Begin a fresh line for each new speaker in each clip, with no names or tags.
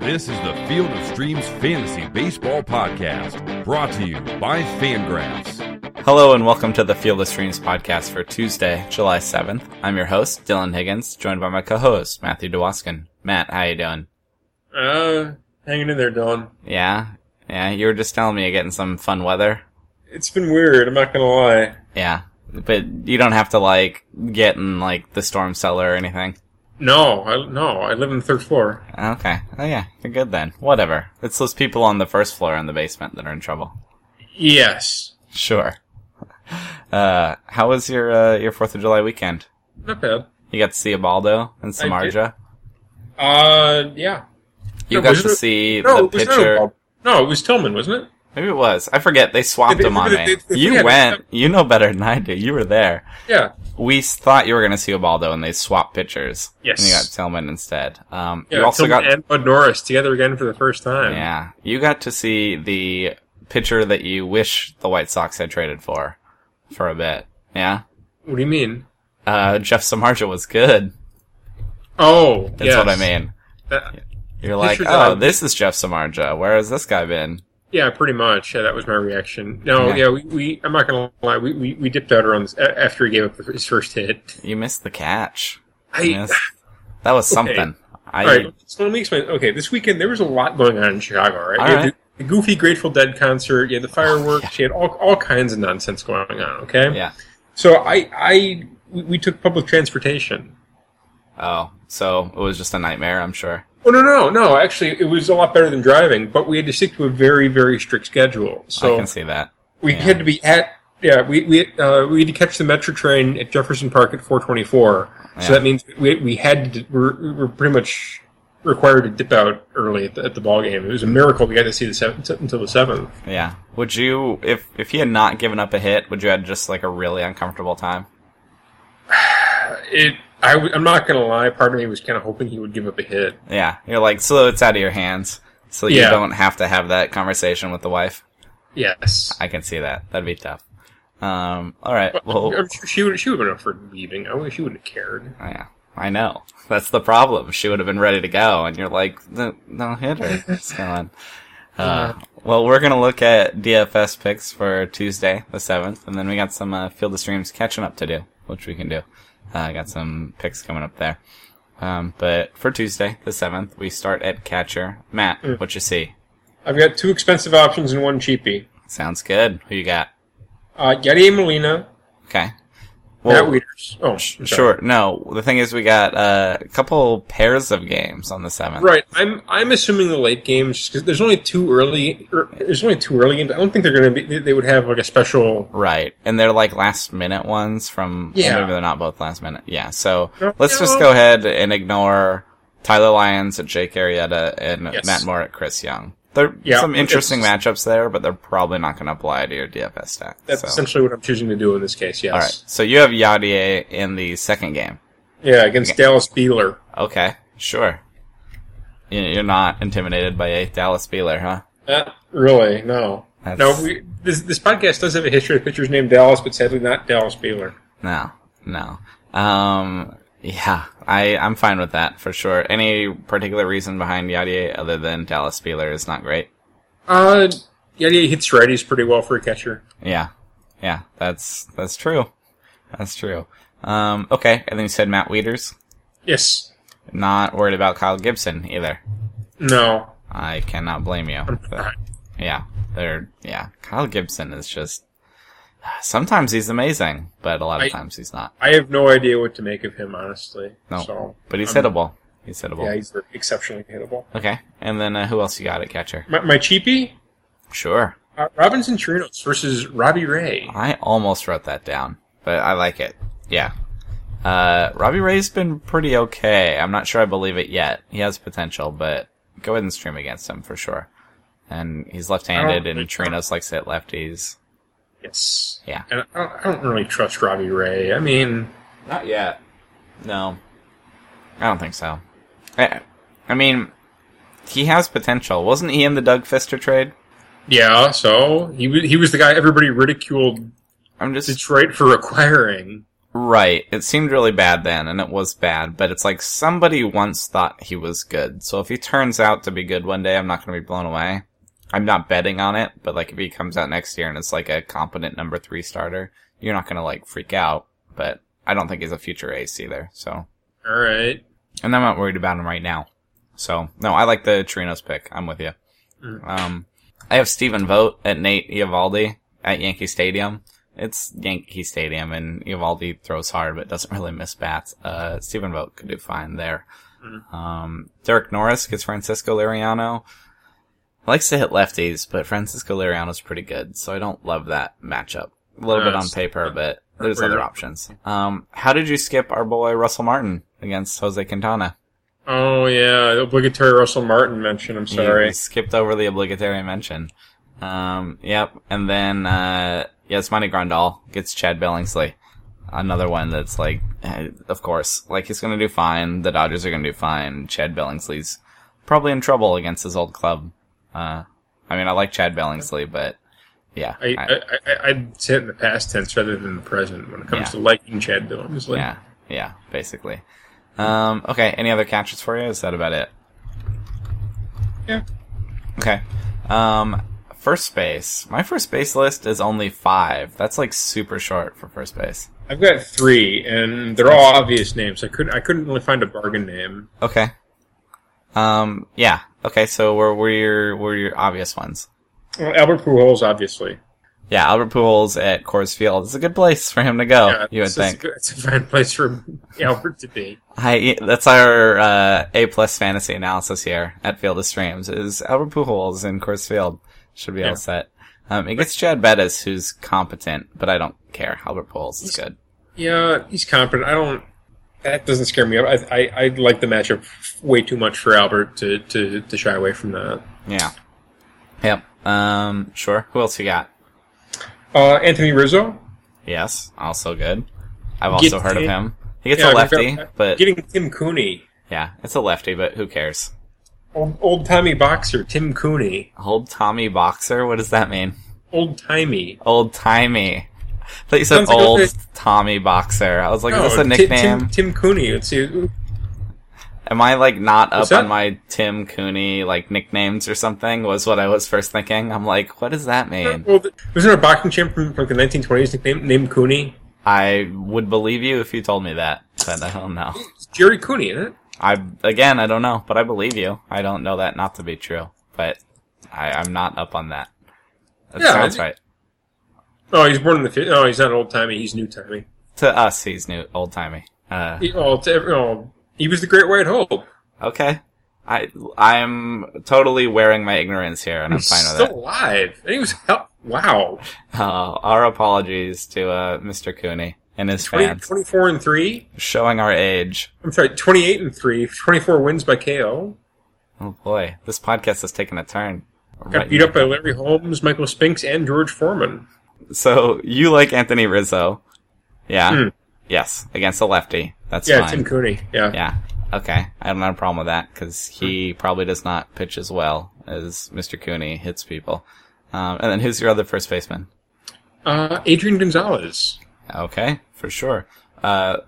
This is the Field of Streams Fantasy Baseball Podcast, brought to you by Fangraphs.
Hello and welcome to the Field of Streams podcast for Tuesday, July 7th. I'm your host, Dylan Higgins, joined by my co-host, Matthew Dewaskin. Matt, how you doing?
Uh, hanging in there, Dylan.
Yeah? Yeah, you were just telling me you're getting some fun weather.
It's been weird. I'm not gonna lie.
Yeah. But you don't have to like get in like the storm cellar or anything.
No, I no. I live in the third floor.
Okay. Oh yeah, you're good then. Whatever. It's those people on the first floor in the basement that are in trouble.
Yes,
Sure. Uh, how was your, uh, your 4th of July weekend?
not bad.
You got to see Abaldo and Samarja?
Uh, yeah.
You
No,
got
was
to
it-
see
No,
the
it was not
pitcher.
Bob. No, it was Tillman, wasn't it?
Maybe it was. I forget. They swapped
They-
them on
they-
me.
they- they-
you
yeah,
went. You know better than I do. You were there.
Yeah.
We s- thought you were going to see Ubaldo, and they swapped pitchers.
Yes.
And you got Tillman instead. Um,
Yeah.
you also
Tillman
got.
and Bud Norris together again for the first time.
yeah. You got to see the pitcher that you wish the White Sox had traded for, for a bit. Yeah.
What do you mean?
Uh, Jeff Samarja was good.
Oh,
That's what I mean.
That-
You're like,
Pitcher that I
oh,
wish-
this is Jeff Samarja. Where has this guy been?
yeah, pretty much. Yeah, that was my reaction. No,
Yeah.
yeah, we, we. I'm not gonna lie. We, we, we dipped out around this, a- after he gave up the, his first hit.
You missed the catch.
I.
You missed- That was
Okay.
something. I,
All right, so let me explain. Okay, this weekend there was a lot going on in Chicago, right?
All
you
right.
had the, the Goofy Grateful Dead concert, you had the fireworks, you had all, all kinds of nonsense going on, okay?
Yeah.
So I, I we, we took public transportation.
Oh, so it was just a nightmare, I'm sure.
Oh, no, no, no, actually, it was a lot better than driving, but we had to stick to a very, very strict schedule.
I
So
can see that.
we
yeah.
had to be at. Yeah, we we uh, we had to catch the metro train at Jefferson Park at 4:24.
Yeah.
So that means we we had to, we're, we were pretty much required to dip out early at the, at the ball game. It was a miracle we got to see the seventh until the seventh.
Yeah. Would you, if if he had not given up a hit, would you had just like a really uncomfortable time?
It I w- I'm not gonna lie. Part of me was kind of hoping he would give up a hit.
Yeah. You're like, so it's out of your hands, so you
Yeah.
don't have to have that conversation with the wife.
Yes.
I can see that. That'd be tough. Um. All right. Well.
I'm sure she would. She would have been up for leaving. I wish she wouldn't have cared.
Yeah. I know. That's the problem. She would have been ready to go, and you're like, no, no hit her. It's gone. Uh, well, we're gonna look at DFS picks for Tuesday the seventh, and then we got some uh, Field of Streams catching up to do, which we can do. Uh, I got some picks coming up there. Um, but for Tuesday the seventh, we start at catcher. Matt, what you see?
I've got two expensive options and one cheapie.
Sounds good. Who you got?
Uh, Yadier Molina,
Okay.
Matt Wieters. Oh, I'm sorry.
sure. No, the thing is, we got uh, a couple pairs of games on the seventh.
Right. I'm I'm assuming the late games because there's only two early. er, There's only two early games. I don't think they're going to be. they- They would have like a special.
Right. And they're like last minute ones from yeah.
Yeah.
maybe they're not both last minute. Yeah. So
No.
let's just go ahead and ignore Tyler Lyons at Jake Arrieta and
Yes.
Matt Moore at Chris Young. There
Yeah,
some interesting
it's-
matchups there, but they're probably not going to apply to your DFS stack.
That's
so.
essentially what I'm choosing to do in this case. Yes.
All right. So you have Yadier in the second game.
Yeah, against Dallas Beeler.
Okay. Sure. You- You're not intimidated by a Dallas Beeler, huh?
Not Uh, really. No.
That's-
No. We, this this podcast does have a history of pitchers named Dallas, but sadly not Dallas Beeler.
No, no. Um, yeah, I, I'm fine with that for sure. Any particular reason behind Yadier other than Dallas Spieler is not great?
Uh, yeah, he hits righties pretty well for a catcher.
Yeah, yeah, that's, that's true. That's true. Um, okay, and then you said Matt Wieters.
Yes.
Not worried about Kyle Gibson either.
No.
I cannot blame you. But, yeah, they're, yeah, Kyle Gibson is just, sometimes he's amazing, but a lot of
I-
times he's not.
I have no idea what to make of him, honestly.
No,
So,
but he's
um,
hittable. He's hittable.
Yeah, he's exceptionally hittable.
okay, and then uh, who else you got at catcher?
My, my cheapie,
Sure.
Uh, Robinson Chirinos versus Robbie Ray.
I almost wrote that down, but I like it. Yeah. Uh, Robbie Ray's been pretty okay. I'm not sure I believe it yet. He has potential, but go ahead and stream against him for sure. And he's left-handed,
I don't
and
think-
Trinos likes to hit lefties.
Yes.
Yeah.
And I don't, I don't really trust Robbie Ray. I mean,
Not yet. No. I don't think so. I, I mean, he has potential. Wasn't he in the Doug Fister trade?
yeah. So he was he was the guy everybody ridiculed
I'm just
Detroit for acquiring.
Right. It seemed really bad then, and it was bad, but it's like somebody once thought he was good. So if he turns out to be good one day, I'm not going to be blown away. I'm not betting on it, but like if he comes out next year and it's like a competent number three starter, you're not going to like freak out, but I don't think he's a future ace either. So,
All right.
and I'm not worried about him right now. So, no, I like the Trinos pick. I'm with you.
Mm.
Um, I have Steven Vogt at Nate Ivaldi at Yankee Stadium. It's Yankee Stadium, and Ivaldi throws hard but doesn't really miss bats. Uh, Steven Vogt could do fine there.
Mhm.
Um, Derek Norris gets Francisco Liriano. Likes to hit lefties, but Francisco Liriano's pretty good, so I don't love that matchup. A little
Yeah,
bit on
it's-
paper, but there's
weird.
other options. Um, how did you skip our boy Russell Martin against Jose Quintana?
Oh yeah, the obligatory Russell Martin mention. I'm
You-
sorry.
you skipped over the obligatory mention. Um, yep. And then, uh, yes, Monty Grandal gets Chad Billingsley. Another one that's like, eh, of course, like he's going to do fine. The Dodgers are going to do fine. Chad Billingsley's probably in trouble against his old club. Uh, I mean, I like Chad Billingsley, but yeah.
I,
I-
I, I I'd say it in the past tense rather than the present when it comes
Yeah.
to liking Chad Billingsley.
yeah. Yeah. Basically. Um, okay. Any other catches for you? Is that about it?
Yeah.
Okay. Um, first base. My first base list is only five. That's like super short for first base.
I've got three, and they're all obvious names. I couldn't I couldn't really find a bargain name.
Okay. Um, yeah. Okay. So were were your were your obvious ones?
Well, Albert Pujols, obviously.
Yeah, Albert Pujols at Coors Field. It's a good place for him to go. Oh, you would
it's, it's a
think.
good- it's a fine place for Albert to be.
Hi, e, that's our uh, A plus fantasy analysis here at Field of Streams. Is Albert Pujols in Coors Field should be
Yeah.
all set. Um, it gets Chad Bettis, who's competent, but I don't care. Albert Pujols is good.
Yeah, he's competent. I don't. That doesn't scare me. I I, I like the matchup way too much for Albert to, to, to shy away from that.
Yeah. Yep. Um. Sure. Who else you got?
Uh, Anthony Rizzo.
Yes. Also good. I've also
Get-
heard of him. He gets
Yeah, uh,
a lefty, but
getting Tim Cooney,
yeah, it's a lefty, but who cares?
old old timey boxer Tim Cooney,
Old Tommy Boxer. What does that mean?
old timey.
Old timey. I thought you said
Sounds like
old
a-
Tommy Boxer. I was like,
No,
is this a
Ti-
nickname?
Tim, Tim Cooney. Let's see.
Am I like not up
that?
on my Tim Cooney like nicknames or something? Was what I was first thinking. I'm like, what does that mean?
Well, th- wasn't there a boxing champ from like the 1920s nickname named Cooney?
I would believe you if you told me that, but I don't know.
It's Jerry Cooney, isn't it?
I again, I don't know, but I believe you. I don't know that not to be true, but I, I'm not up on that. That
Yeah,
sounds
I-
right.
Oh, he's born in the. fif- Oh, he's not old timey. He's new timey.
To us, he's new, old timey. Uh,
He, oh, to every, oh, he was the Great White Hope.
okay, I I'm totally wearing my ignorance here, and I'm
He's
fine
still
with it.
alive. And he was hel- wow.
Uh, our apologies to uh, Mr. Cooney and his
20,
fans
24 and three.
showing our age.
I'm sorry, 28 and three. 24 wins by KO.
Oh boy, this podcast has taken a turn.
Got
Right.
beat up by Larry Holmes, Michael Spinks, and George Foreman.
So you like Anthony Rizzo? Yeah.
Hmm.
Yes, against a lefty. That's
yeah,
fine.
Tim Cooney. Yeah.
Yeah. Okay. I don't have a problem with that because he probably does not pitch as well as Mr. Cooney hits people. Um, and then who's your other first baseman?
Uh, Adrian Gonzalez.
Okay, for sure. Uh,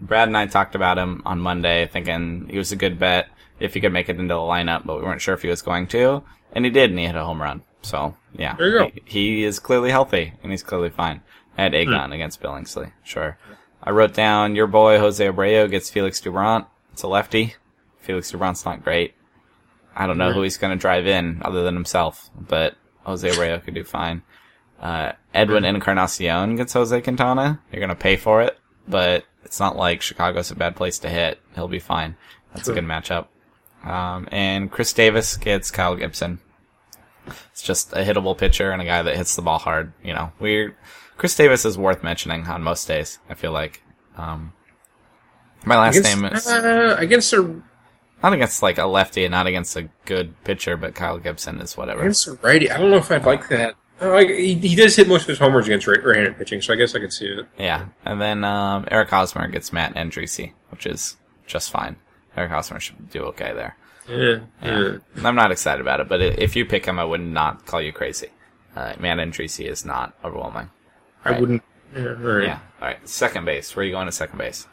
Brad and I talked about him on Monday, thinking he was a good bet if he could make it into the lineup, but we weren't sure if he was going to. And he did, and he hit a home run. So yeah,
There you go.
He, he is clearly healthy, and he's clearly fine at Agon
Hmm.
against Billingsley. Sure. I wrote down your boy Jose Abreu gets Felix Dubrant. It's a lefty. Felix Dubrant's not great. I don't know who he's going to drive in other than himself, but Jose Abreu could do fine. Uh, Edwin Encarnacion gets Jose Quintana. You're going to pay for it, but it's not like Chicago's a bad place to hit. He'll be fine. That's a
True.
good matchup. Um, and Chris Davis gets Kyle Gibson. It's just a hittable pitcher and a guy that hits the ball hard. You know, we Chris Davis is worth mentioning on most days. I feel like. Um, my last
Against,
name is
uh, against a
not against like a lefty and not against a good pitcher, but Kyle Gibson is whatever.
against a righty. I don't know if I'd like that. Oh, I, he, he does hit most of his homers against right, right-handed pitching, so I guess I could see it.
Yeah, and then um, Eric Hosmer gets Matt Andreese, which is just fine. Eric Hosmer should do okay there.
Yeah, yeah.
I'm not excited about it, but i- if you pick him, I would not call you crazy. Uh, Matt Andreese is not overwhelming.
I wouldn't Yeah, all right.
Yeah. All right. Second base. Where are you going to second base?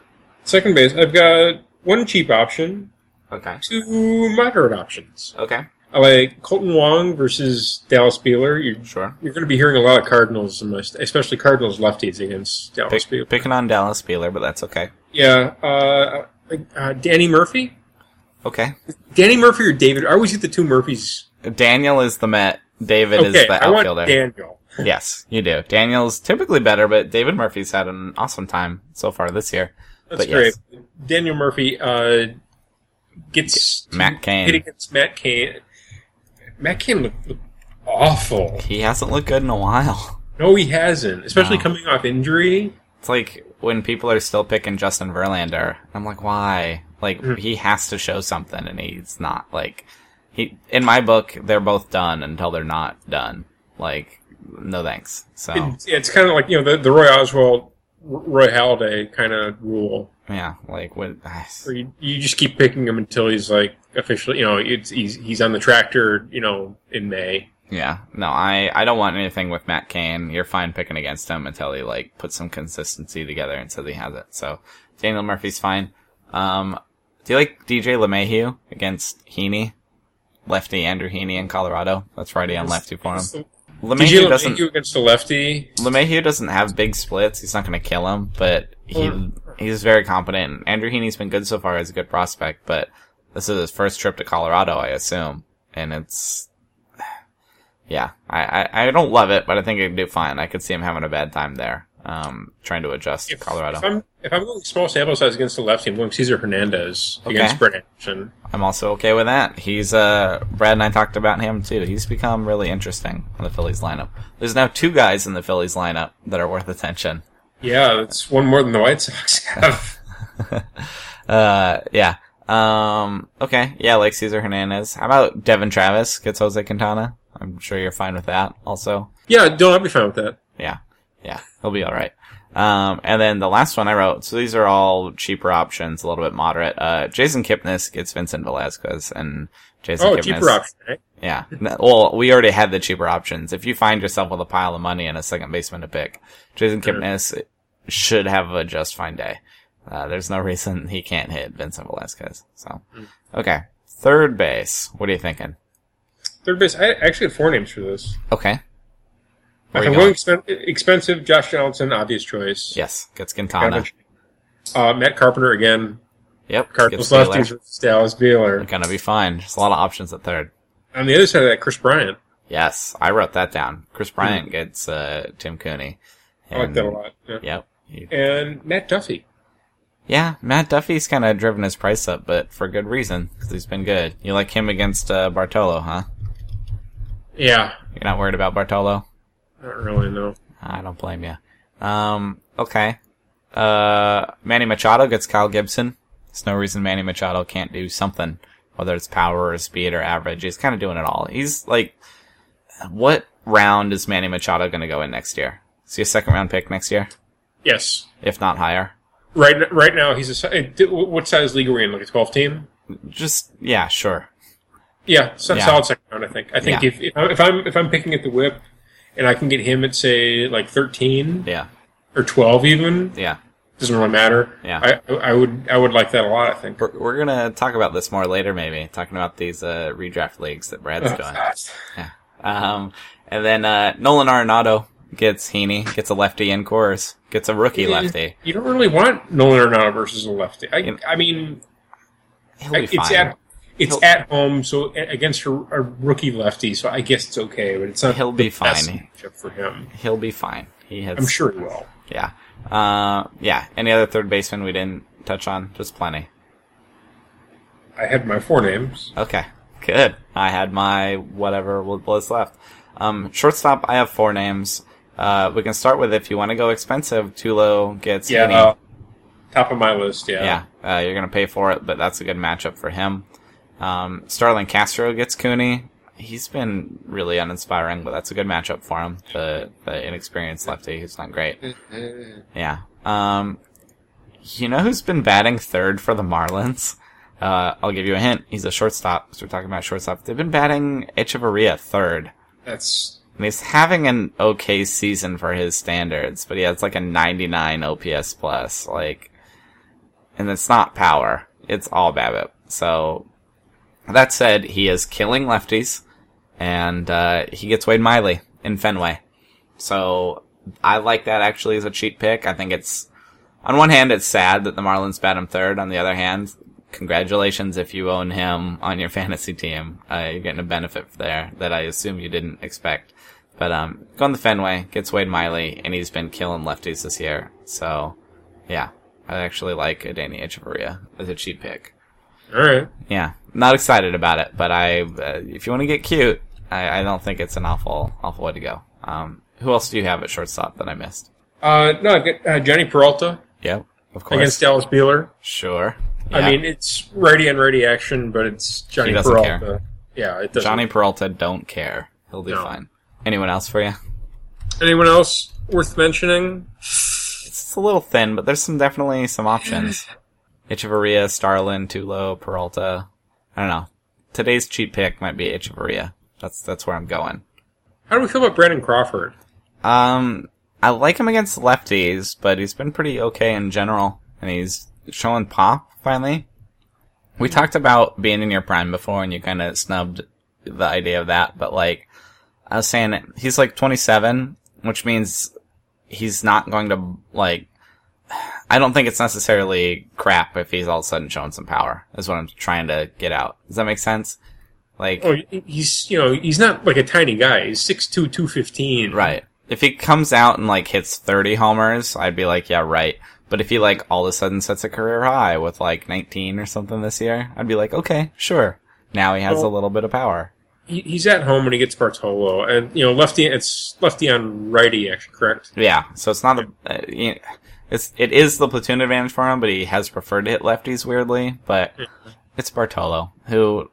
Second base, I've got one cheap option,
Okay.
two moderate options.
Okay.
I like Colton Wong versus Dallas Beeler. You're,
Sure.
you're going to be hearing a lot of Cardinals, and most- especially Cardinals lefties against Dallas
Pick,
Beeler.
picking on Dallas Beeler, but that's okay.
Yeah, uh, uh, Danny Murphy,
Okay.
Danny Murphy or David. I always get the two Murphys.
Daniel is the Met. David
okay,
is the
I want
outfielder.
Daniel.
Yes, you do. Daniel's typically better, but David Murphy's had an awesome time so far this year.
That's
But
great.
yes.
Daniel Murphy uh, gets
Matt Cain.
hit against Matt Cain. Matt Cain looked, looked awful.
He hasn't looked good in a while.
No, he hasn't. Especially
No.
coming off injury.
It's like when people are still picking Justin Verlander. I'm like, why? Like he has to show something, and he's not. Like he, in my book, they're both done until they're not done. Like no thanks. So
It- it's kind of like you know the, the Roy Oswald, Roy Halladay kind of rule,
yeah, like when
where you, you just keep picking him until he's like officially, you know, it's he's he's on the tractor, you know, in May.
Yeah, no, I, I don't want anything with Matt Cain. You're fine picking against him until he like puts some consistency together and says he has it. So Daniel Murphy's fine. Um, do you like DJ LeMahieu against Heaney, lefty Andrew Heaney in Colorado? That's righty on lefty for him. LeMahieu
DJ
doesn't
LeMahieu against the lefty.
LeMahieu doesn't have big splits. He's not going to kill him, but he
Mm.
he's very competent. Andrew Heaney's been good so far. He's a good prospect, but this is his first trip to Colorado, I assume, and it's yeah. I, I, I don't love it, but I think he can do fine. I could see him having a bad time there, um, trying to adjust to
If-
Colorado.
If I'm if I'm going small sample size against the lefty, I'm going Cesar Hernandez against Brett Anderson.
I'm also okay with that. He's uh Brad and I talked about him too. He's become really interesting in the Phillies lineup. There's now two guys in the Phillies lineup that are worth attention.
Yeah, that's one more than the White Sox have.
Uh, yeah. Um, okay. Yeah, like Cesar Hernandez. How about Devin Travis gets Jose Quintana? I'm sure you're fine with that also.
yeah, don't I'd be fine with that.
Yeah. Yeah. He'll be all right. Um, and then the last one I wrote. So these are all cheaper options, a little bit moderate. Uh, Jason Kipnis gets Vincent Velasquez and Jason
Oh,
Kipnis.
cheaper option. eh?
Yeah. No- Well, we already had the cheaper options. If you find yourself with a pile of money and a second baseman to pick, Jason Kipnis should have a just fine day. Uh, there's no reason he can't hit Vincent Velasquez. So,
Hmm.
okay. Third base. What are you thinking?
Third base. I actually had four names for this.
Okay. Where
If
you going?
I'm going expen- expensive, Josh Donaldson, obvious choice.
Yes. Gets
Kind
Quintana.
of a- Uh, Matt Carpenter again.
Yep.
Cardinals
gets Taylor.
lefties versus Dallas Beeler.
Gonna be fine. Just a lot of options at third.
On the other side of that, Chris Bryant.
Yes. I wrote that down. Chris Bryant gets, uh, Tim Cooney.
Hmm. I like that a
And-
lot. Yeah.
Yep. He
And Matt Duffy.
Yeah, Matt Duffy's kind of driven his price up, but for good reason because he's been good. You like him against uh, Bartolo, huh?
Yeah,
You're not worried about Bartolo?
not really. No.
I don't blame you. Um, okay. Uh, Manny Machado gets Kyle Gibson. There's no reason Manny Machado can't do something, whether it's power or speed or average. He's kind of doing it all. He's like, what round is Manny Machado going to go in next year? Is he a second round pick next year,
Yes.
if not higher?
Right. Right now, he's a. si- uh, What size league are we in? Like a twelve team.
Just yeah, sure.
Yeah, so
Yeah.
solid second round. I think. I think
Yeah.
if, if I- if I'm if I'm picking at the whip, and I can get him at say like thirteen
Yeah,
or twelve, even
yeah.
doesn't really matter.
Yeah.
I I would I would like that a lot. I think.
We're, we're gonna talk about this more later, maybe talking about these uh, redraft leagues that Brad's doing. Um, and then uh, Nolan Arenado gets Heaney, gets a lefty in course, gets a rookie lefty.
You don't really want Nolan Arenado versus a lefty. I, I mean,
He'll be
it's
fine.
at it's
He'll-
at home, so a- against a, a rookie lefty, so I guess it's okay. But it's not
He'll be
the best
fine.
matchup for him.
He'll be fine. He has,
I'm sure he will.
Yeah. Uh, yeah. Any other third baseman we didn't touch on? Just plenty.
I had my four names.
Okay. Good. I had my whatever was left. Um, shortstop. I have four names. Uh, we can start with if you want to go expensive. Tulo gets
Yeah,
Heaney.
uh, top of my list. Yeah,
Yeah, uh, you're gonna pay for it, but that's a good matchup for him. Um, Starling Castro gets Cooney. He's been really uninspiring, but that's a good matchup for him. The the inexperienced lefty who's not great. Yeah. Um, you know who's been batting third for the Marlins? Uh, I'll give you a hint. He's a shortstop. So we're talking about shortstop. They've been batting Echevarria third.
that's
And he's having an okay season for his standards, but he has like a 99 OPS plus, like, and it's not power. It's all Babbitt. So, that said, he is killing lefties, and uh, he gets Wade Miley in Fenway. So, I like that actually as a cheap pick. I think it's, on one hand, it's sad that the Marlins bat him third. On the other hand, congratulations if you own him on your fantasy team. Uh, you're getting a benefit there that I assume you didn't expect. But um, going to Fenway, gets Wade Miley, and he's been killing lefties this year. So, yeah, I actually like a Danny Echevarria as a cheap pick.
All right.
Yeah, not excited about it, but I, uh, if you want to get cute, I, I don't think it's an awful, awful way to go. Um, who else do you have at shortstop that I missed?
Uh, no, I've got, uh, Johnny Peralta
Yep, of course.
against Dallas Beeler.
sure.
I
Yeah.
mean, it's righty and righty action, but it's Johnny
He doesn't
Peralta.
care.
Yeah, it doesn't.
Johnny Peralta, don't care. He'll do
No.
fine. Anyone else for you?
Anyone else worth mentioning?
It's a little thin, but there's some definitely some options. Echevarria, Starlin, Tulo, Peralta. I don't know. Today's cheap pick might be Echevarria. That's that's where I'm going.
How do we feel about Brandon Crawford?
Um, I like him against lefties, but he's been pretty okay in general, and he's showing pop finally. We talked about being in your prime before, and you kind of snubbed the idea of that, but like I was saying, he's like 27, which means he's not going to like. I don't think it's necessarily crap if he's all of a sudden showing some power. Is what I'm trying to get out. Does that make sense? Like,
Oh, he's you know he's not like a tiny guy. He's 6'2", 215.
Right. If he comes out and like hits 30 homers, I'd be like, yeah, right. But if he like all of a sudden sets a career high with like 19 or something this year, I'd be like, okay, sure. Now he has a
Well-
little bit of power.
He, he's at home when he gets Bartolo, and you know lefty. It's lefty on righty action, correct?
Yeah. So it's not a, uh, you know, it's, it is the platoon advantage for him, but he has preferred to hit lefties weirdly, but it's Bartolo who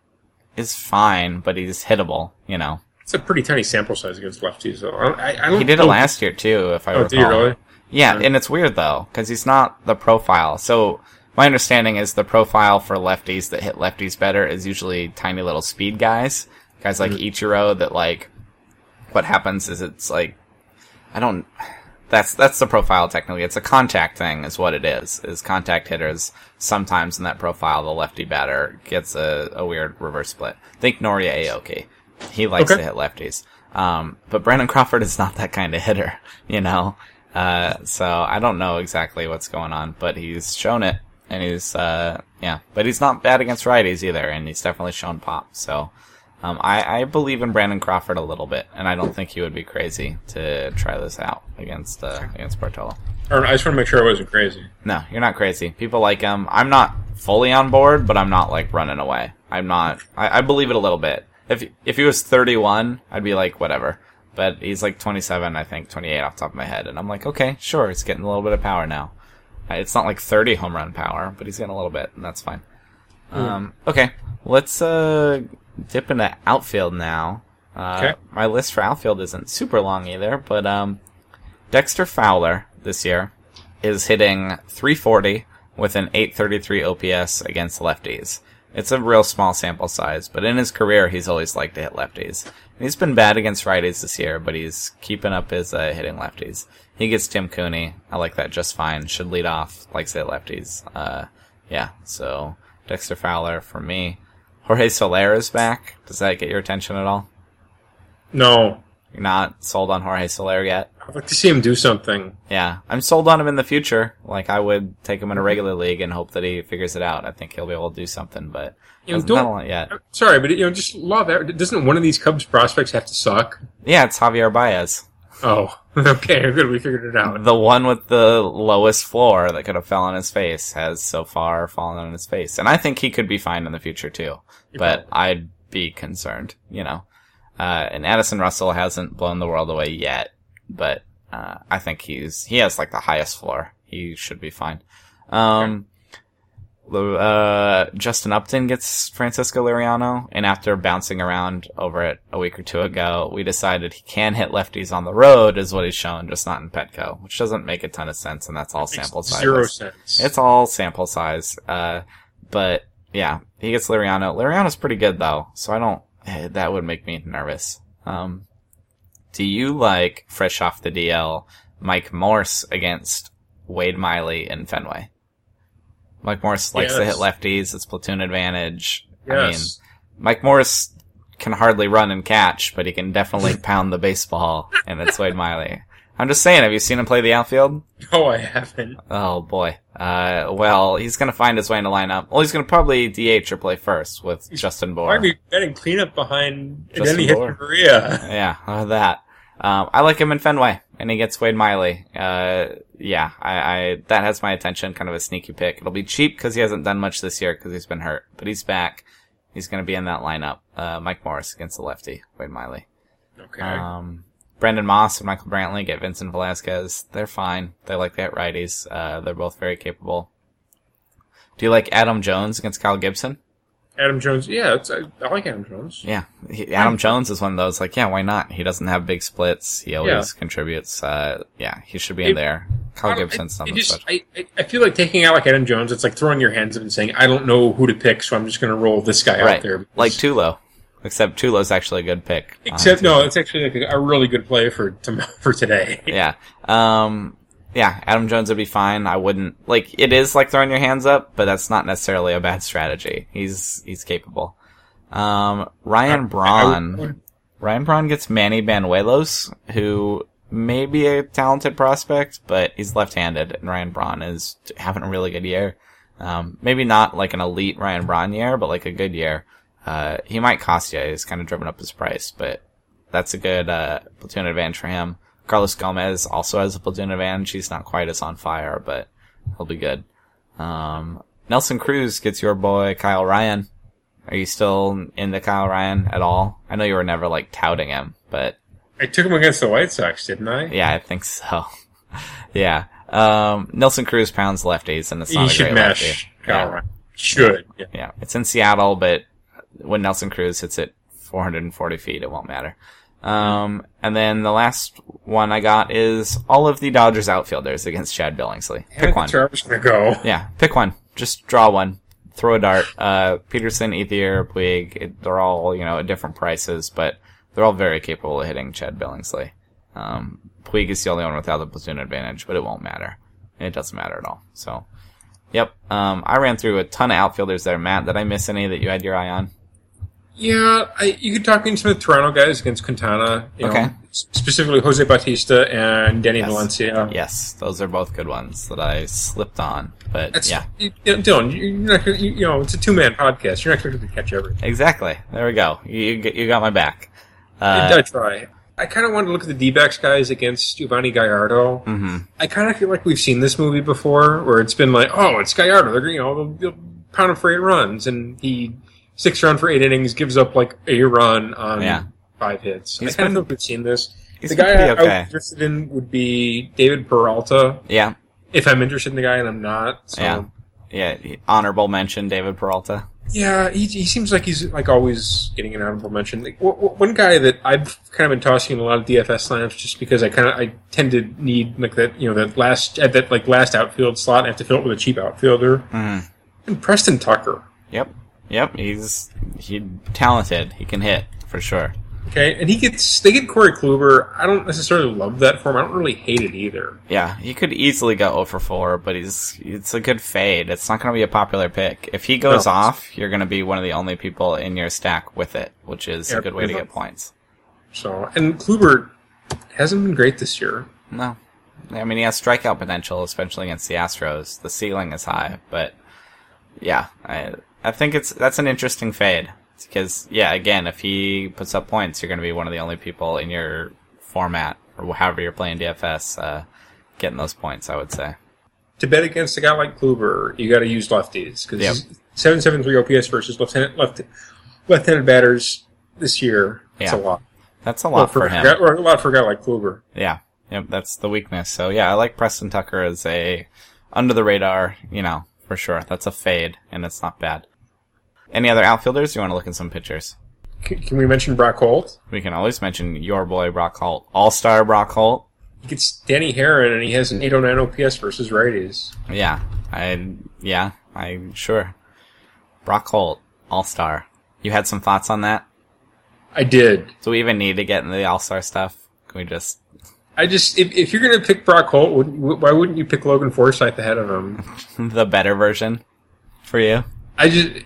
is fine, but he's hittable, you know.
It's a pretty tiny sample size against lefties, though. I, I, I don't
He did it
know-
last year too, if I
Oh,
recall.
did he really?
Yeah, and it's weird though, because he's not the profile. So my understanding is the profile for lefties that hit lefties better is usually tiny little speed guys, guys like Ichiro. That like, what happens is it's like, I don't. That's that's the profile technically. It's a contact thing, is what it is. Is contact hitters sometimes in that profile the lefty batter gets a, a weird reverse split. Think Noria Aoki. He likes
Okay.
to hit lefties. Um, but Brandon Crawford is not that kind of hitter, you know. Uh, so I don't know exactly what's going on, but he's shown it, and he's uh, yeah. But he's not bad against righties either, and he's definitely shown pop. So um, I, I believe in Brandon Crawford a little bit, and I don't think he would be crazy to try this out against uh, against Bartolo.
I, don't know, I just want to make sure I wasn't crazy.
No, you're not crazy. People like him. I'm not fully on board, but I'm not like running away. I'm not. I, I believe it a little bit. If if he was 31, I'd be like whatever. But he's like 27, I think 28 off the top of my head, and I'm like, okay, sure, it's getting a little bit of power now. Uh, It's not like 30 home run power, but he's getting a little bit, and that's fine. Um, okay, let's uh dip into outfield now. Uh,
Okay.
My list for outfield isn't super long either, but um, Dexter Fowler this year is hitting 340 with an 833 OPS against lefties. It's a real small sample size, but in his career, he's always liked to hit lefties. And he's been bad against righties this year, but he's keeping up his uh, hitting lefties. He gets Tim Cooney. I like that just fine. Should lead off, likes to hit lefties. Uh, yeah, so Dexter Fowler for me. Jorge Soler is back. Does that get your attention at all?
No,
You're not sold on Jorge Soler yet?
I'd like to see him do something.
Yeah, I'm sold on him in the future. Like I would take him in a regular league and hope that he figures it out. I think he'll be able to do something, but
You know,
hasn't done
don't-
a lot yet.
I'm sorry, but you know, just law of average. Doesn't one of these Cubs prospects have to suck?
Yeah, it's Javier Baez,
Oh, okay, good. We figured it out.
the one with the lowest floor that could have fell on his face, has so far fallen on his face, and I think he could be fine in the future too. But I'd be concerned, you know. Uh, and Addison Russell hasn't blown the world away yet, but uh, I think he's he has like the highest floor. He should be fine. Um, Lu- uh, Justin Upton gets Francisco Liriano, and after bouncing around over it a week or two ago, we decided he can hit lefties on the road, is what he's shown, just not in Petco, which doesn't make a ton of sense, and that's all sample size.
Zero sense.
It's all sample size. Uh, but yeah, he gets Liriano. Liriano's pretty good though, so I don't. eh, That would make me nervous. Um, Do you like fresh off the DL Mike Morse against Wade Miley and Fenway? Mike Morse likes to hit
Yes.
lefties. It's platoon advantage. I mean,
Yes.
Mike Morris can hardly run and catch, but he can definitely pound the baseball, and it's Wade Miley. I'm just saying, have you seen him play the outfield?
no, I haven't.
Oh boy. Uh, well, he's gonna find his way in the lineup. Well, he's gonna probably DH or play first with Justin
I'd
Bohr.
be betting cleanup behind
Justin
Denny
Bohr.
Maria.
Yeah, or that. Um, I like him in Fenway, and he gets Wade Miley. Uh, yeah, I, I, that has my attention, kind of a sneaky pick. It'll be cheap because he hasn't done much this year because he's been hurt, but he's back. He's gonna be in that lineup. Uh, Mike Morris against the lefty, Wade Miley.
Okay.
Um, Brendan Moss and Michael Brantley get Vincent Velasquez. They're fine. They like that righties. Uh, they're both very capable. Do you like Adam Jones against Kyle Gibson?
Adam Jones. Yeah, it's, I, I like Adam Jones.
Yeah, he, Adam Jones is one of those. Like, yeah, why not? He doesn't have big splits. He always contributes. Uh, yeah, he should be in
It-
there.
I
Kyle
don't-
Gibson's
it,
not
it
that
just,
special.
I, I- I feel like taking out like Adam Jones. It's like throwing your hands up and saying, "I don't know who to pick, so I'm just going to roll this guy out
Right,
there."
like Tulo. Except Tulo's actually a good pick. on
Except no,
Tuesday.
it's actually like a, a really good play for tom- for today.
yeah. Um, yeah, Adam Jones would be fine. I wouldn't like it is like throwing your hands up, but that's not necessarily a bad strategy. He's he's capable. Um, Ryan
I
Braun.
would-
Ryan Braun gets Manny Banuelos, who may be a talented prospect, but he's left-handed, and Ryan Braun is having a really good year. Um, maybe not like an elite Ryan Braun year, but like a good year. Uh, he might cost you. He's kind of driven up his price, but that's a good uh, platoon advantage for him. Carlos Gomez also has a platoon advantage. He's not quite as on fire, but he'll be good. Um, Nelson Cruz gets your boy Kyle Ryan. Are you still into Kyle Ryan at all? I know you were never like touting him, but
I took him against the White Sox, didn't I?
yeah, I think so. yeah. Um, Nelson Cruz pounds lefties and it's not
he
a
should
great
mash
lefty.
Kyle
yeah.
Ryan. Should. Yeah.
Yeah. It's in Seattle, but when Nelson Cruz hits it 440 feet, it won't matter. Um, and then the last one I got is all of the Dodgers outfielders against Chad Billingsley.
I
Pick
think
one.
Trevor's going to go.
Yeah, pick one. Just draw one. Throw a dart. Uh, Peterson, Ethier, Puig, it- they're all, you know, at different prices, but they're all very capable of hitting Chad Billingsley. Um, Puig is the only one without the platoon advantage, but it won't matter. It doesn't matter at all. So, yep. Um, I ran through a ton of outfielders there, Matt. Did I miss any that you had your eye on?
Yeah, I, you could talk into some of the Toronto guys against Quintana. You
Okay.
Know, s- specifically Jose Bautista and Danny
Yes.
Valencia.
Yes, those are both good ones that I slipped on, but
That's,
yeah.
you, you know, Dylan, you're not, gonna- you, you know, it's a two man podcast. You're not expected to catch everything.
Exactly. There we go. You, you, g- you got my back. Uh,
I try. I kind of wanted to look at the D backs guys against Giovanni Gallardo.
mhm.
I kind of feel like we've seen this movie before, where it's been like, oh, it's Gallardo. They're you know they'll, they'll pound him for eight runs, and he sticks around for eight innings, gives up like a run on
Yeah.
five hits.
He's
I kind
been-
of think we've seen this.
he's
the
been
guy I,
pretty
I
okay.
was interested in would be David Peralta.
Yeah.
If I'm interested in the guy, and I'm not, so.
Yeah. Yeah, honorable mention, David Peralta.
Yeah, he, he seems like he's like always getting an honorable mention. Like, w- w- one guy that I've kind of been tossing in a lot of DFS lineups just because I kind of I tend to need like that you know that last at that like last outfield slot I have to fill it with a cheap outfielder.
Mhm.
And Preston Tucker,
Yep, yep. He's he talented. He can hit for sure.
okay, and he gets they get Corey Kluber. I don't necessarily love that for him. I don't really hate it either.
Yeah, he could easily go 0 for 4, but he's it's a good fade. It's not going to be a popular pick. If he goes
No.
off, you're going to be one of the only people in your stack with it, which is a
Yeah,
good way to
pretty
get
much.
points.
So and Kluber hasn't been great this year.
No, I mean he has strikeout potential, especially against the Astros. The ceiling is high, but yeah, I I think it's that's an interesting fade because yeah, again, if he puts up points, you're going to be one of the only people in your format or however you're playing DFS uh, getting those points. I would say.
to bet against a guy like Kluber, you got to use lefties because
Yep.
seven seven three OPS versus left-handed left left-handed batters this year. It's
Yeah.
a lot.
That's a lot
for,
for
a
him.
guy- or a lot for a guy like Kluber.
Yeah. Yep, that's the weakness. So yeah, I like Preston Tucker as a under the radar, you know, for sure. That's a fade and it's not bad. Any other outfielders? You want to look at some pitchers?
Can, can we mention Brock Holt?
We can always mention your boy Brock Holt, All Star Brock Holt.
He gets Danny Heron, and he has an 809 OPS versus righties.
Yeah, I yeah, I sure. Brock Holt, All Star. You had some thoughts on that?
I did.
Do we even need to get into the All Star stuff? Can we just?
I just if, if you're gonna pick Brock Holt, wouldn't, you- why wouldn't you pick Logan Forsythe ahead of him?
the better version for you.
I just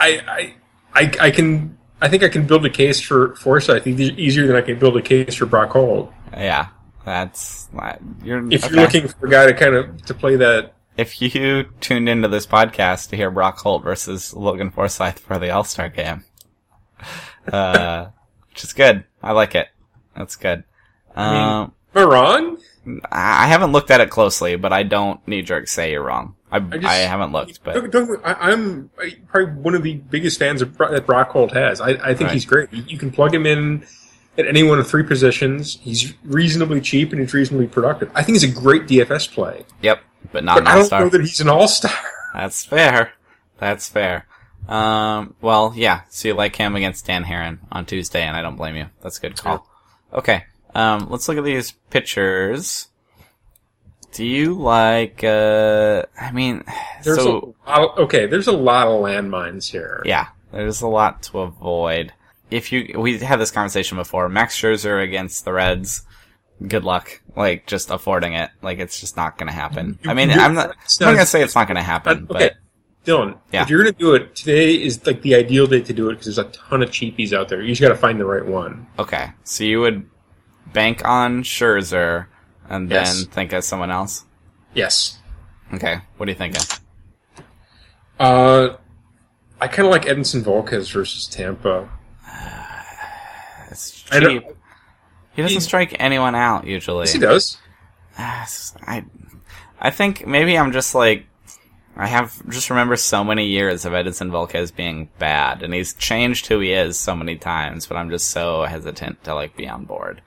I I I, I can. I think I can build a case for Forsythe e- easier than I can build a case for Brock Holt.
Yeah, that's not, you're.
If
okay.
you're looking for a guy to kind of to play that,
if you tuned into this podcast to hear Brock Holt versus Logan Forsyth for the All Star game, uh, which is good. I like it. That's good. Um,
am I wrong?
I I haven't looked at it closely, but I don't knee jerk say you're wrong. I, I,
just-
haven't looked, but
Don't- don't- I, am probably one of the biggest fans of Bro- that Brock Holt has. I, I think
Right.
he's great. You you can plug him in at any one of three positions. He's reasonably cheap and he's reasonably productive. I think he's a great DFS play.
yep, but not
But
an
I
All
don't know
Star.
that he's an all star.
That's fair. That's fair. Um, well, yeah. So you like him against Dan Heron on Tuesday, and I don't blame you. That's a good call. Okay. Um, let's look at these pictures. Do you like, uh, I mean,
There's
so,
a lot, okay. There's a lot of landmines here.
yeah, there's a lot to avoid. If you, we had this conversation before. Max Scherzer against the Reds. Good luck. Like, just affording it. Like, it's just not gonna happen. I mean, I'm not, I'm not gonna say it's not gonna
But,
happen,
okay,
but
Dylan,
Yeah.
if you're gonna do it, today is like the ideal day to do it because there's a ton of cheapies out there. You just got to find the right one.
Okay, so you would bank on Scherzer and then
Yes.
think of someone else.
Yes.
Okay, what are you thinking?
Uh, I kind of like Edinson Volquez versus Tampa.
It's
I don't-
cheap. He doesn't strike anyone out usually.
Yes, he does.
Ah, it's- I, I think maybe I'm just like I have just remember so many years of Edison Volquez being bad, and he's changed who he is so many times. But I'm just so hesitant to like be on board.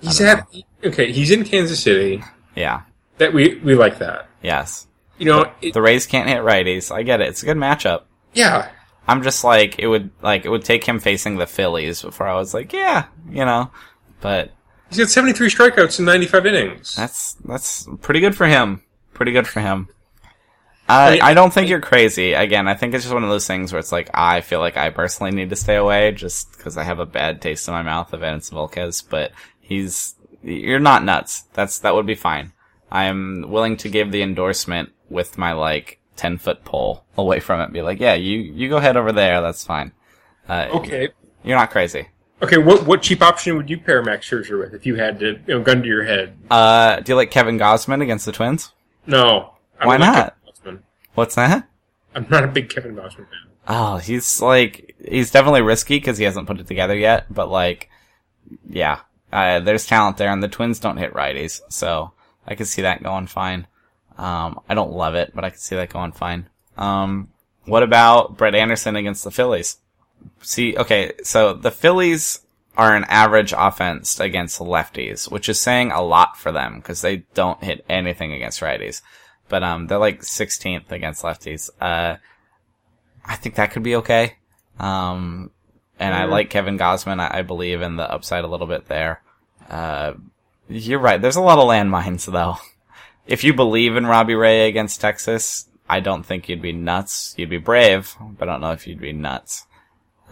He's at okay. He's in Kansas City.
Yeah.
That we we like that.
Yes.
You know, it,
The Rays can't hit righties. I get it. It's a good matchup.
yeah.
I'm just like it would like it would take him facing the Phillies before I was like, yeah, you know. But
He's got 73 strikeouts in 95 innings.
that's that's pretty good for him. Pretty good for him. I
mean,
I don't think you're crazy. Again, I think it's just one of those things where it's like I feel like I personally need to stay away just because I have a bad taste in my mouth of Edinson Volquez. But he's you're not nuts. That's that would be fine. I'm willing to give the endorsement with my like ten foot pole away from it. Be like, yeah, you you go ahead over there. That's fine. Uh,
Okay.
You're not crazy.
Okay. What what cheap option would you pair Max Scherzer with if you had to you know gun to your head?
Uh, do you like Kevin Gosman against the Twins?
No. I
Why
don't like
not?
Kevin Gausman.
What's that?
I'm not a big Kevin Gausman fan.
Oh, he's like he's definitely risky because he hasn't put it together yet. But like, yeah, uh, there's talent there, and the Twins don't hit righties, so I could see that going fine. Um, I don't love it, but I could see that going fine. Um, what about Brett Anderson against the Phillies? See, okay, so the Phillies are an average offense against lefties, which is saying a lot for them because they don't hit anything against righties. But um, they're like 16th against lefties. Uh, I think that could be okay. Um, and I like Kevin Gosman. I, I believe in the upside a little bit there. Uh, you're right. There's a lot of landmines though. If you believe in Robbie Ray against Texas, I don't think you'd be nuts. You'd be brave, but I don't know if you'd be nuts.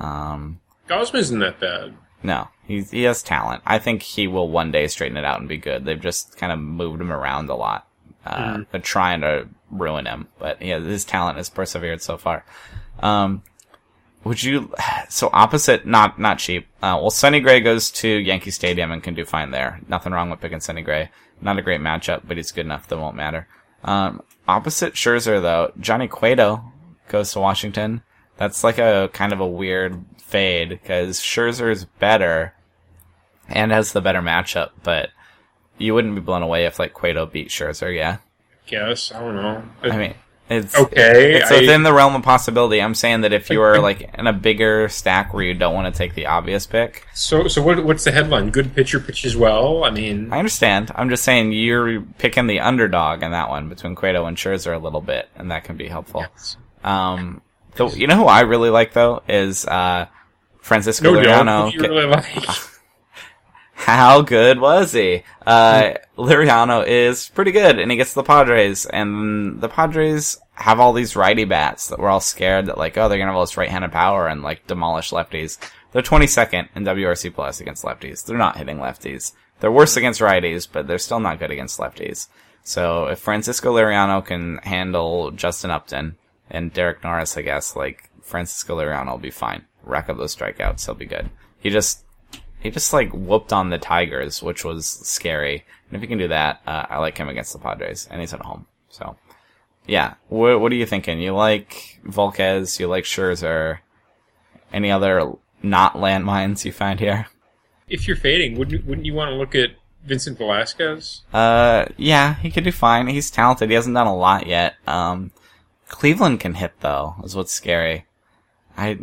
Um,
Gausman isn't that bad.
no, he's, he has talent. I think he will one day straighten it out and be good. They've just kind of moved him around a lot. Uh, They're trying to ruin him, but yeah, his talent has persevered so far. Um, would you? So opposite, not not cheap. Uh, well, Sonny Gray goes to Yankee Stadium and can do fine there. Nothing wrong with picking Sonny Gray. Not a great matchup, but he's good enough that won't matter. Um, opposite Scherzer though, Johnny Cueto goes to Washington. That's like a kind of a weird fade because Scherzer is better and has the better matchup, but you wouldn't be blown away if like Cueto beat Scherzer. Yeah,
I guess I don't know.
I mean it's
okay.
it's
I-
within the realm of possibility. I'm saying that if you are like in a bigger stack where you don't want to take the obvious pick,
so so what what's the headline? Good pitcher pitches well. I mean,
I understand. I'm just saying you're picking the underdog in that one between Cueto and Scherzer a little bit, and that can be helpful. Um, the, you know who I really like though is uh, Francisco
no,
Liriano.
Dylan, who do you really like?
How good was he? Uh, Liriano is pretty good, and he gets the Padres, and the Padres have all these righty bats that we're all scared that like, oh, they're gonna have all this right-handed power and like demolish lefties. They're 22nd in WRC plus against lefties. They're not hitting lefties. They're worse against righties, but they're still not good against lefties. So if Francisco Liriano can handle Justin Upton and Derek Norris, I guess like Francisco Liriano will be fine. Rack up those strikeouts, he'll be good. He just he just like whooped on the Tigers, which was scary. And if he can do that, uh, I like him against the Padres, and he's at home. So, yeah. What, what are you thinking? You like Volquez? You like Scherzer? Any other not landmines you find here?
If you're fading, wouldn't wouldn't you want to look at Vincent Velasquez?
Uh, yeah, he could do fine. He's talented. He hasn't done a lot yet. Um, Cleveland can hit though, is what's scary. I,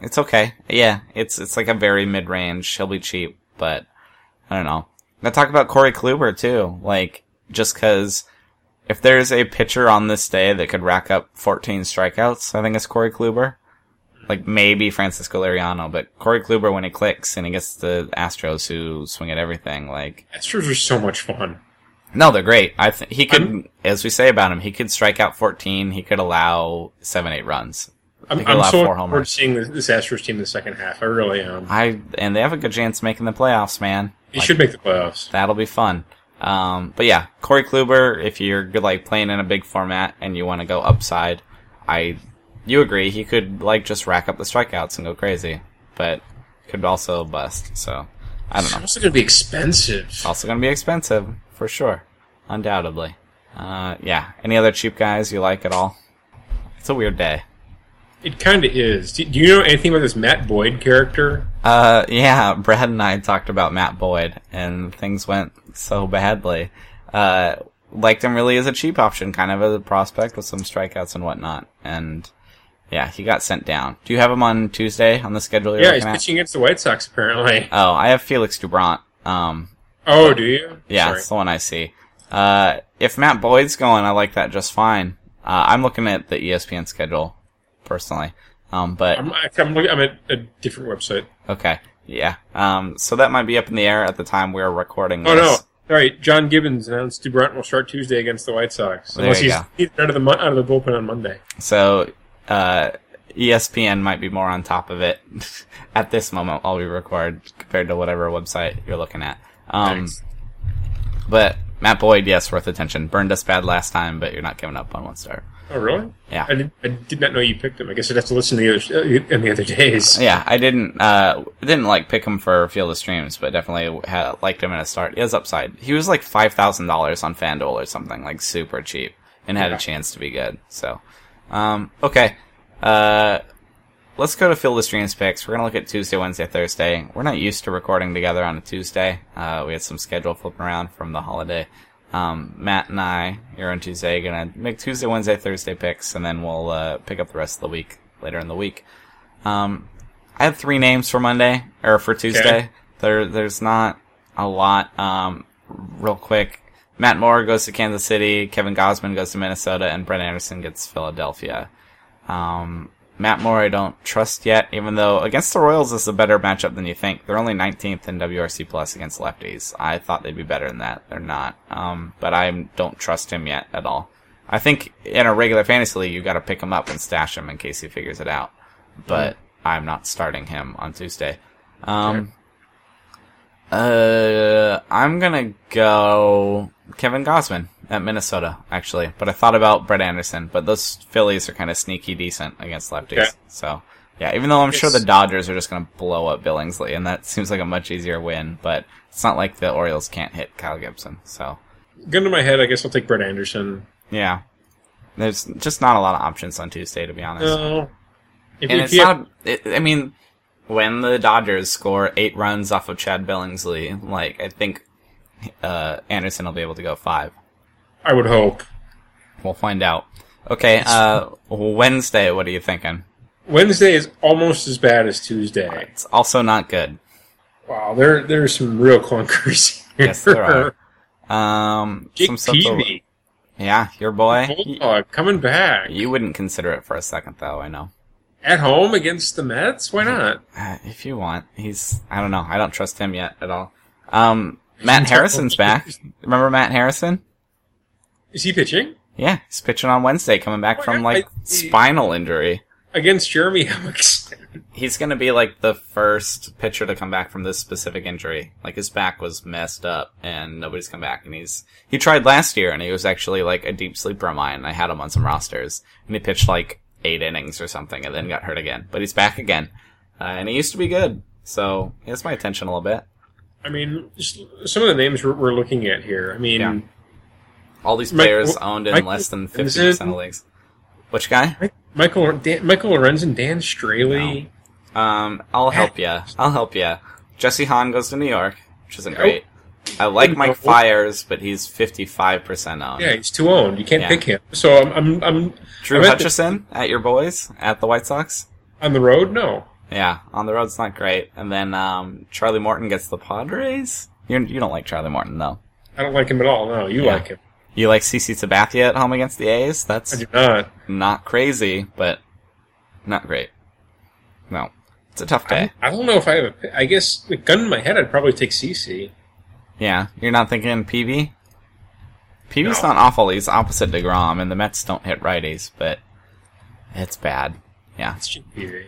it's okay. Yeah, it's it's like a very mid range. He'll be cheap, but I don't know. Now talk about Corey Kluber too. Like just because if there's a pitcher on this day that could rack up 14 strikeouts, I think it's Corey Kluber. Like maybe Francisco Liriano, but Corey Kluber when he clicks and he gets the Astros who swing at everything, like
Astros are so much fun.
no, they're great. I th- he could,
I'm-
as we say about him, he could strike out 14. He could allow seven, eight runs.
I'm,
They could
I'm
allow
so
four
looking forward
homers.
to seeing this, this Astros team in the second half. I really am.
I and they have a good chance of making the playoffs, man.
They should make the playoffs.
That'll be fun. Um, but yeah, Corey Kluber, if you're good, like playing in a big format and you want to go upside, I, you agree, he could like just rack up the strikeouts and go crazy, but could also bust. So I don't know.
It's also going to be expensive.
Also going to be expensive for sure, undoubtedly. Uh, yeah. Any other cheap guys you like at all? It's a weird day.
It kind of is. Do, do you know anything about this Matt Boyd character?
Uh, yeah, Brad and I talked about Matt Boyd, and things went so badly. Uh, liked him really as a cheap option, kind of as a prospect with some strikeouts and whatnot. And yeah, he got sent down. Do you have him on Tuesday on the schedule? You're
yeah, he's
looking at?
pitching against the White Sox apparently.
Oh, I have Felix Dubront. Um,
Oh, do you?
yeah,
Sorry.
that's the one I see. Uh, if Matt Boyd's going, I like that just fine. Uh, I'm looking at the ESPN schedule personally. Um, but
I'm, I'm, looking, I'm at a different website.
okay, yeah. Um, so that might be up in the air at the time we're recording.
Oh
this.
no! All right, John Gibbons announced DeBrunt will start Tuesday against the White Sox.
There
unless
you
he's,
go.
he's out of the mon- out of the bullpen on Monday.
So uh, ESPN might be more on top of it at this moment while we record compared to whatever website you're looking at. Um,
Nice.
But Matt Boyd, yes, worth attention. Burned us bad last time, but you're not giving up on one star.
Oh really?
Yeah.
I did, I did not know you picked him. I guess I'd have to listen to the other uh, in the other days.
Yeah, I didn't uh, didn't like pick him for Field of Streams, but definitely had, liked him in a start. He has upside. He was like five thousand dollars on FanDuel or something, like super cheap, and had
Yeah.
a chance to be good. So, um, okay, uh, let's go to Field of Streams picks. We're gonna look at Tuesday, Wednesday, Thursday. We're not used to recording together on a Tuesday. Uh, we had some schedule flipping around from the holiday. Um, Matt and I, here on Tuesday, gonna make Tuesday, Wednesday, Thursday picks, and then we'll uh, pick up the rest of the week later in the week. Um, I had three names for Monday or for Tuesday.
Okay.
There, there's not a lot. Um, real quick, Matt Moore goes to Kansas City. Kevin Gosman goes to Minnesota, and Brent Anderson gets Philadelphia. Um, Matt Moore, I don't trust yet, even though against the Royals is a better matchup than you think. They're only 19th in WRC plus against lefties. I thought they'd be better than that. They're not. Um, but I don't trust him yet at all. I think in a regular fantasy league, you got to pick him up and stash him in case he figures it out. But
Mm.
I'm not starting him on Tuesday. Um, uh, I'm gonna go Kevin Gosman at Minnesota, actually. But I thought about Brett Anderson, but those Phillies are kind of sneaky decent against lefties.
Okay.
So yeah, even though I'm sure the
Yes.
Dodgers are just gonna blow up Billingsley, and that seems like a much easier win, but it's not like the Orioles can't hit Kyle Gibson. So
Gun to my head, I guess I'll take Brett Anderson.
yeah, there's just not a lot of options on Tuesday, to be honest.
No. If,
And
if
it's
you have-
not. It, I mean, when the Dodgers score eight runs off of Chad Billingsley, like I think uh, Anderson will be able to go five.
I would hope.
We'll find out. Okay, uh, Wednesday. What are you thinking?
Wednesday is almost as bad as Tuesday.
It's also not good.
Wow, there there's some real clunkers here.
Yes, there are. Um,
Jake
some stuff to-
Peavy,
yeah, your boy.
Bulldog, coming back
You wouldn't consider it for a second, though. I know.
at home against the Mets. Why not?
Uh, if you want, he's. I don't know. I don't trust him yet at all. Um, Matt Harrison's back. Remember Matt Harrison?
Is he pitching?
Yeah, he's pitching on Wednesday, coming back
Oh,
from
yeah,
like
I-
spinal injury.
against Jeremy Hemricks.
He's gonna be like the first pitcher to come back from this specific injury. Like his back was messed up, and nobody's come back. And he's he tried last year, and he was actually like a deep sleeper of mine. I had him on some rosters, and he pitched like eight innings or something, and then got hurt again. But he's back again, uh, and he used to be good. So he has my attention a little bit.
I mean, just some of the names we're, we're looking at here. I mean,
Yeah. All these
Mike-
players owned in
Mike-
less than
is
fifty percent
it-
of leagues. Which guy?
Mi- Michael Dan, Michael Lorenzen, Dan Straley.
Um, I'll help ya. I'll help ya. Jesse Hahn goes to New York, which isn't great. I like Mike Fires, but he's 55% owned.
Yeah, he's too owned. You can't
Yeah.
pick him. So I'm I'm, I'm
Drew
I'm at the-
Hutchison at your boys at the White Sox.
on the road. No,
Yeah, on the road's not great. And then um, Charlie Morton gets the Padres. You you don't like Charlie Morton though.
I don't like him at all. No, you
Yeah.
like him.
You like CC Sabathia at home against the A's.
I
That's
do not.
not crazy, but not great. No, it's a tough day.
I don't know if I have a. pi- I guess with gun in my head, I'd probably take CC.
Yeah, you're not thinking PB. PB's
No.
not awful. He's opposite Degrom, and the Mets don't hit righties, but it's bad. Yeah,
It's GPV.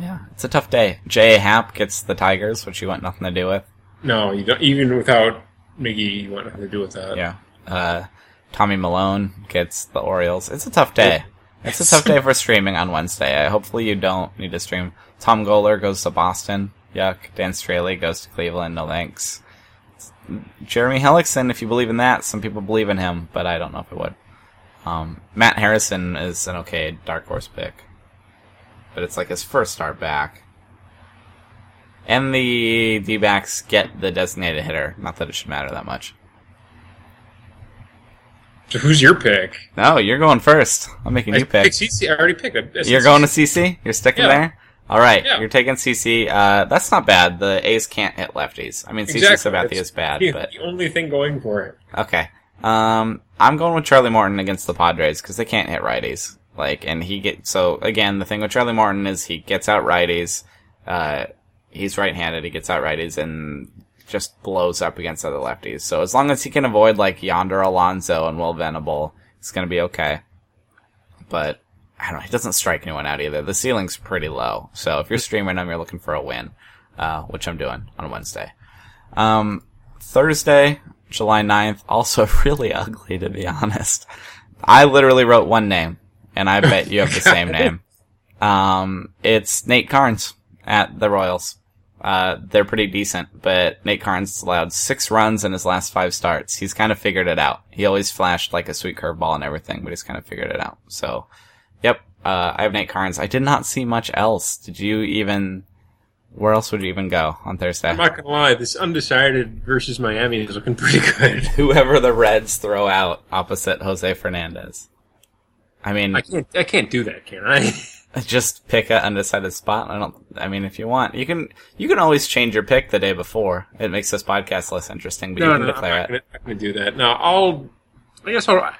yeah, it's a tough day. J.A. Happ gets the Tigers, which you want nothing to do with.
No, you don't. Even without Miggy, you want nothing to do with that.
Yeah, uh, Tommy Malone gets the Orioles. It's a tough day. It's a tough day for streaming on Wednesday. I, hopefully, you don't need to stream. Tom Goller goes to Boston. Yuck. Dan Straley goes to Cleveland. No thanks. Jeremy Hellickson, if you believe in that, some people believe in him, but I don't know if I would. Um, Matt Harrison is an okay dark horse pick, but it's like his first start back. And the D backs get the designated hitter. Not that it should matter that much.
So who's your pick?
No, you're going first. I'm making
I
you pick.
picked CC. I already picked. I- I said
You're going to CC. You're sticking
Yeah.
there. All right,
Yeah.
you're taking CC. Uh, that's not bad. The A's can't hit lefties. I mean, CC Sabathia
That's
is bad,
the,
but
the only thing going for it.
okay. Um, I'm going with Charlie Morton against the Padres because they can't hit righties. Like, and he get so again. The thing with Charlie Morton is he gets out righties. Uh, he's right-handed. He gets out righties and just blows up against other lefties. So as long as he can avoid like Yonder Alonso and Will Venable, it's gonna be okay. But I don't know. He doesn't strike anyone out either. The ceiling's pretty low. So if you're streaming him, you're looking for a win, uh, which I'm doing on Wednesday. Um, Thursday, July 9th, also really ugly to be honest. I literally wrote one name, and I bet you have the same name. Um, it's Nate Carnes at the Royals. Uh, they're pretty decent, but Nate Carnes allowed six runs in his last five starts. He's kind of figured it out. He always flashed like a sweet curveball and everything, but he's kind of figured it out. So, yep, uh, I have Nate Carnes. I did not see much else. Did you even, where else would you even go on Thursday?
I'm not gonna lie. This undecided versus Miami is looking pretty good.
whoever the Reds throw out opposite Jose Fernandez. I mean,
I can't. I can't do that, can I?
just pick an undecided spot. I don't. I mean, if you want, you can. You can always change your pick the day before. It makes this podcast less interesting, but you can
I'm
declare
not
it.
gonna, not gonna do that. No, I'll. I guess I'll. I,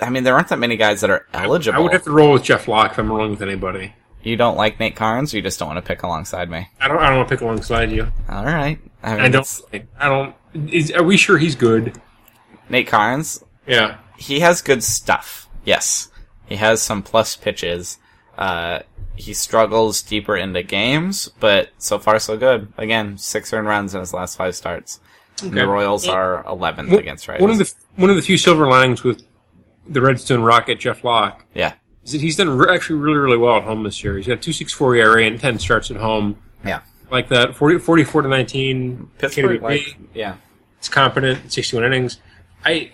I mean, there aren't that many guys that are eligible.
I would have to roll with Jeff Locke if I'm rolling with anybody.
you don't like Nate Carnes, or you just don't want to pick alongside me.
I don't. I don't want to pick alongside you.
All right. I, mean,
I
it's-
don't. I don't. Is, are we sure he's good?
Nate Carnes,
Yeah.
he has good stuff. Yes, he has some plus pitches. Uh, he struggles deeper into games, but so far so good. Again, six earned runs in his last five starts. And the
Okay.
Royals are 11th against righties.
One of the one of the few silver linings with the Redstone Rocket, Jeff Locke,
yeah,
is that he's done re- actually really really well at home this year. He's got two six four ERA and ten starts at home.
yeah.
Like that, 40, 44 to nineteen.
Pittsburgh,
KWP.
like, yeah.
It's competent, 61 innings. I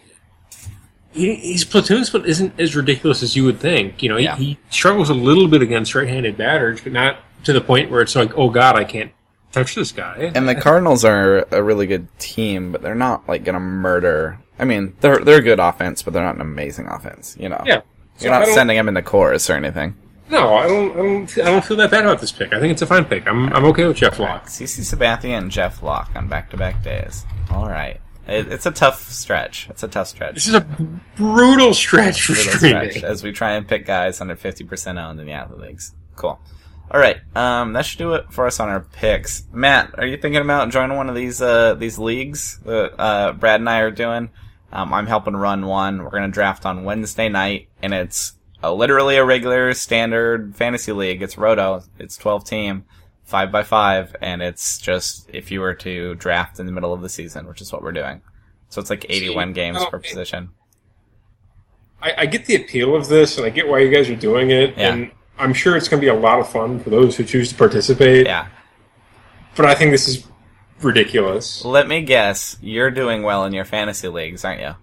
he, his platoon split isn't as ridiculous as you would think. You know, he,
Yeah.
he struggles a little bit against right-handed batters, but not to the point where it's like, oh god, I can't touch this guy.
And the Cardinals are a really good team, but they're not like gonna murder. I mean, they're they're good offense, but they're not an amazing offense. You know,
yeah, So
You're
I
not
don't-
sending them into chorus or anything.
No, I don't, I don't. I don't feel that bad about this pick. I think it's a fine pick. I'm, I'm okay with Jeff Locke.
CC Sabathia and Jeff Locke on back-to-back days. All right, it, it's a tough stretch. It's a tough stretch.
This is a brutal stretch for
Little
streaming.
stretch as we try and pick guys under fifty percent owned in the other leagues. Cool. All right, um, that should do it for us on our picks. Matt, are you thinking about joining one of these uh, these leagues that uh, Brad and I are doing? Um, I'm helping run one. We're gonna draft on Wednesday night, and it's uh, literally a regular standard fantasy league. It's roto. It's 12 team, five by five, and it's just if you were to draft in the middle of the season, which is what we're doing. So it's like 81 games
oh,
per
it-
position.
I, I get the appeal of this, and I get why you guys are doing it,
Yeah.
and I'm sure it's going to be a lot of fun for those who choose to participate.
Yeah.
But I think this is ridiculous.
Let me guess. You're doing well in your fantasy leagues, aren't you?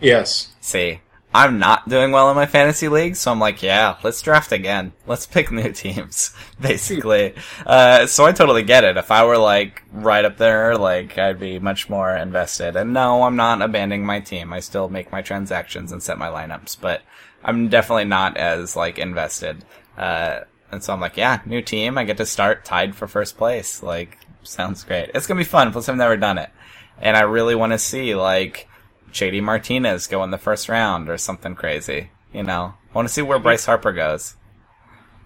Yes.
See, I'm not doing well in my fantasy league, so I'm like, yeah, let's draft again. Let's pick new teams, basically. Uh, so I totally get it. If I were like right up there, like I'd be much more invested. And no, I'm not abandoning my team. I still make my transactions and set my lineups, but I'm definitely not as like invested. Uh, and so I'm like, yeah, new team. I get to start tied for first place. Like, sounds great. It's gonna be fun. Plus, I've never done it, and I really want to see like JD Martinez go in the first round or something crazy. You know, I want to see where Bryce Harper goes.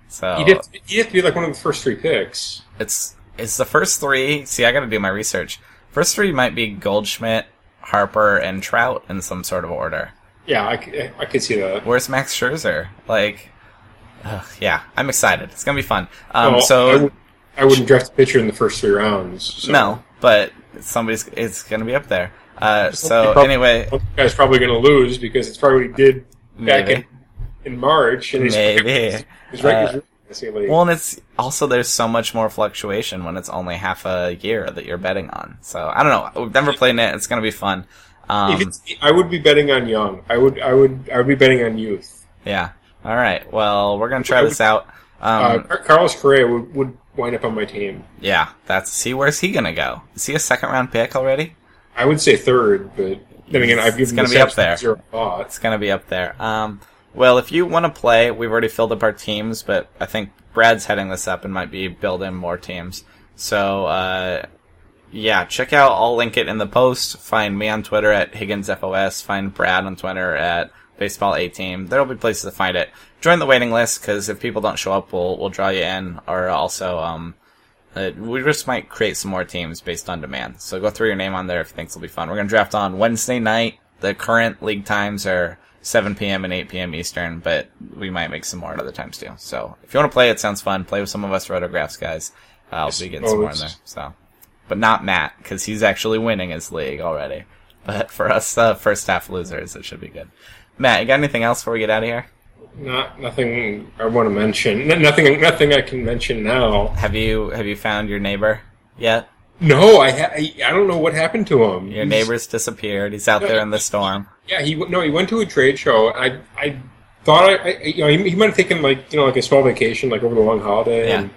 So Oh.
You'd have, to, you'd have to be like one of the first three picks.
it's it's the first three. See, I got to do my research. First three might be Goldschmidt, Harper, and Trout in some sort of order.
Yeah, I, c- I could see that.
Where's Max Scherzer? Like, ugh, yeah, I'm excited. It's gonna be fun. Um,
Well, I,
so
would, I wouldn't draft a pitcher in the first three rounds. So.
no, but somebody's it's gonna be up there. Uh, so
Probably-
anyway,
Well, the guy's probably going to lose because it's probably what he did back in,
Maybe.
in March, and he's
maybe.
he's right.
Uh,
he's right in the league.
Well, and it's also there's so much more fluctuation when it's only half a year that you're betting on. So I don't know. We've never played it. It's gonna be fun. Um,
if it's, I would be betting on young. I would, I would, I would be betting on youth.
yeah. All right. Well, we're gonna try this out.
Uh,
Um,
Car- Carlos Correa would, would wind up on my team.
yeah. That's see where's he gonna go? Is he a second round pick already?
I would say third, but then again, I've
It's
given
gonna
this
be up
absolutely
there.
zero thought.
It's gonna be up there. Um, well, if you want to play, we've already filled up our teams, but I think Brad's heading this up and might be building more teams. So, uh, yeah, check out. I'll link it in the post. Find me on Twitter at HigginsFOS. Find Brad on Twitter at Baseball A Team. There'll be places to find it. Join the waiting list because if people don't show up, we'll we'll draw you in. Or also, um, uh, we just might create some more teams based on demand. So go throw your name on there if you think it'll be fun. We're gonna draft on Wednesday night. The current league times are 7 p.m. and 8 p.m. Eastern, but we might make some more at other times too. So if you want to play, it sounds fun. Play with some of us rotographs guys. Uh, I'll be getting some more in there. So, but not Matt because he's actually winning his league already. But for us, uh, first half losers, it should be good. Matt, you got anything else before we get out of here?
Not nothing I want to mention. N- nothing, nothing I can mention now.
Have you have you found your neighbor yet?
No, I, ha- I, I don't know what happened to him.
Your
He's-
neighbor's disappeared. He's out there in the storm.
Yeah, he w- no, he went to a trade show. I I thought I, I you know he, he might have taken like you know like a small vacation like over the long holiday
Yeah.
and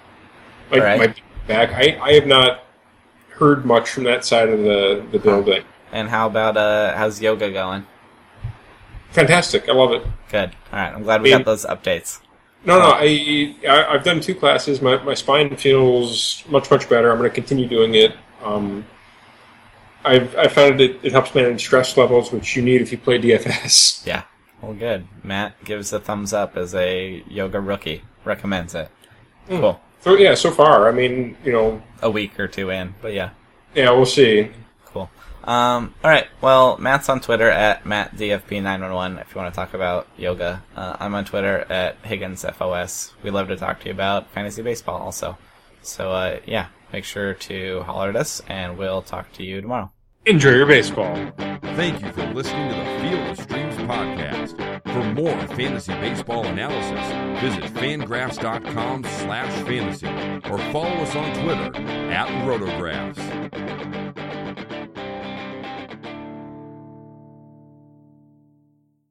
like
Alright.
might be back. I I have not heard much from that side of the the building.
And how about uh how's yoga going?
Fantastic, I love it.
Good. All right. I'm glad we got
Yeah.
those updates.
No, no, I, I I've done two classes. My my spine feels much much better. I'm going to continue doing it. Um, I've I found it it helps manage stress levels, which you need if you play DFS.
Yeah. Well, good. Matt gives a thumbs up as a yoga rookie. Recommends it. Cool.
So yeah, so far, I mean, you know,
A week or two in, but yeah.
yeah, we'll see.
Cool. Um, all right. Well, Matt's on Twitter at mattdfp911 if you want to talk about yoga. Uh, I'm on Twitter at higginsfos. We love to talk to you about fantasy baseball also. So, uh, yeah, make sure to holler at us and we'll talk to you tomorrow.
Enjoy your baseball.
Thank you for listening to the Field of Streams podcast. For more fantasy baseball analysis, visit fangraphs.com slash fantasy or follow us on Twitter at rotographs.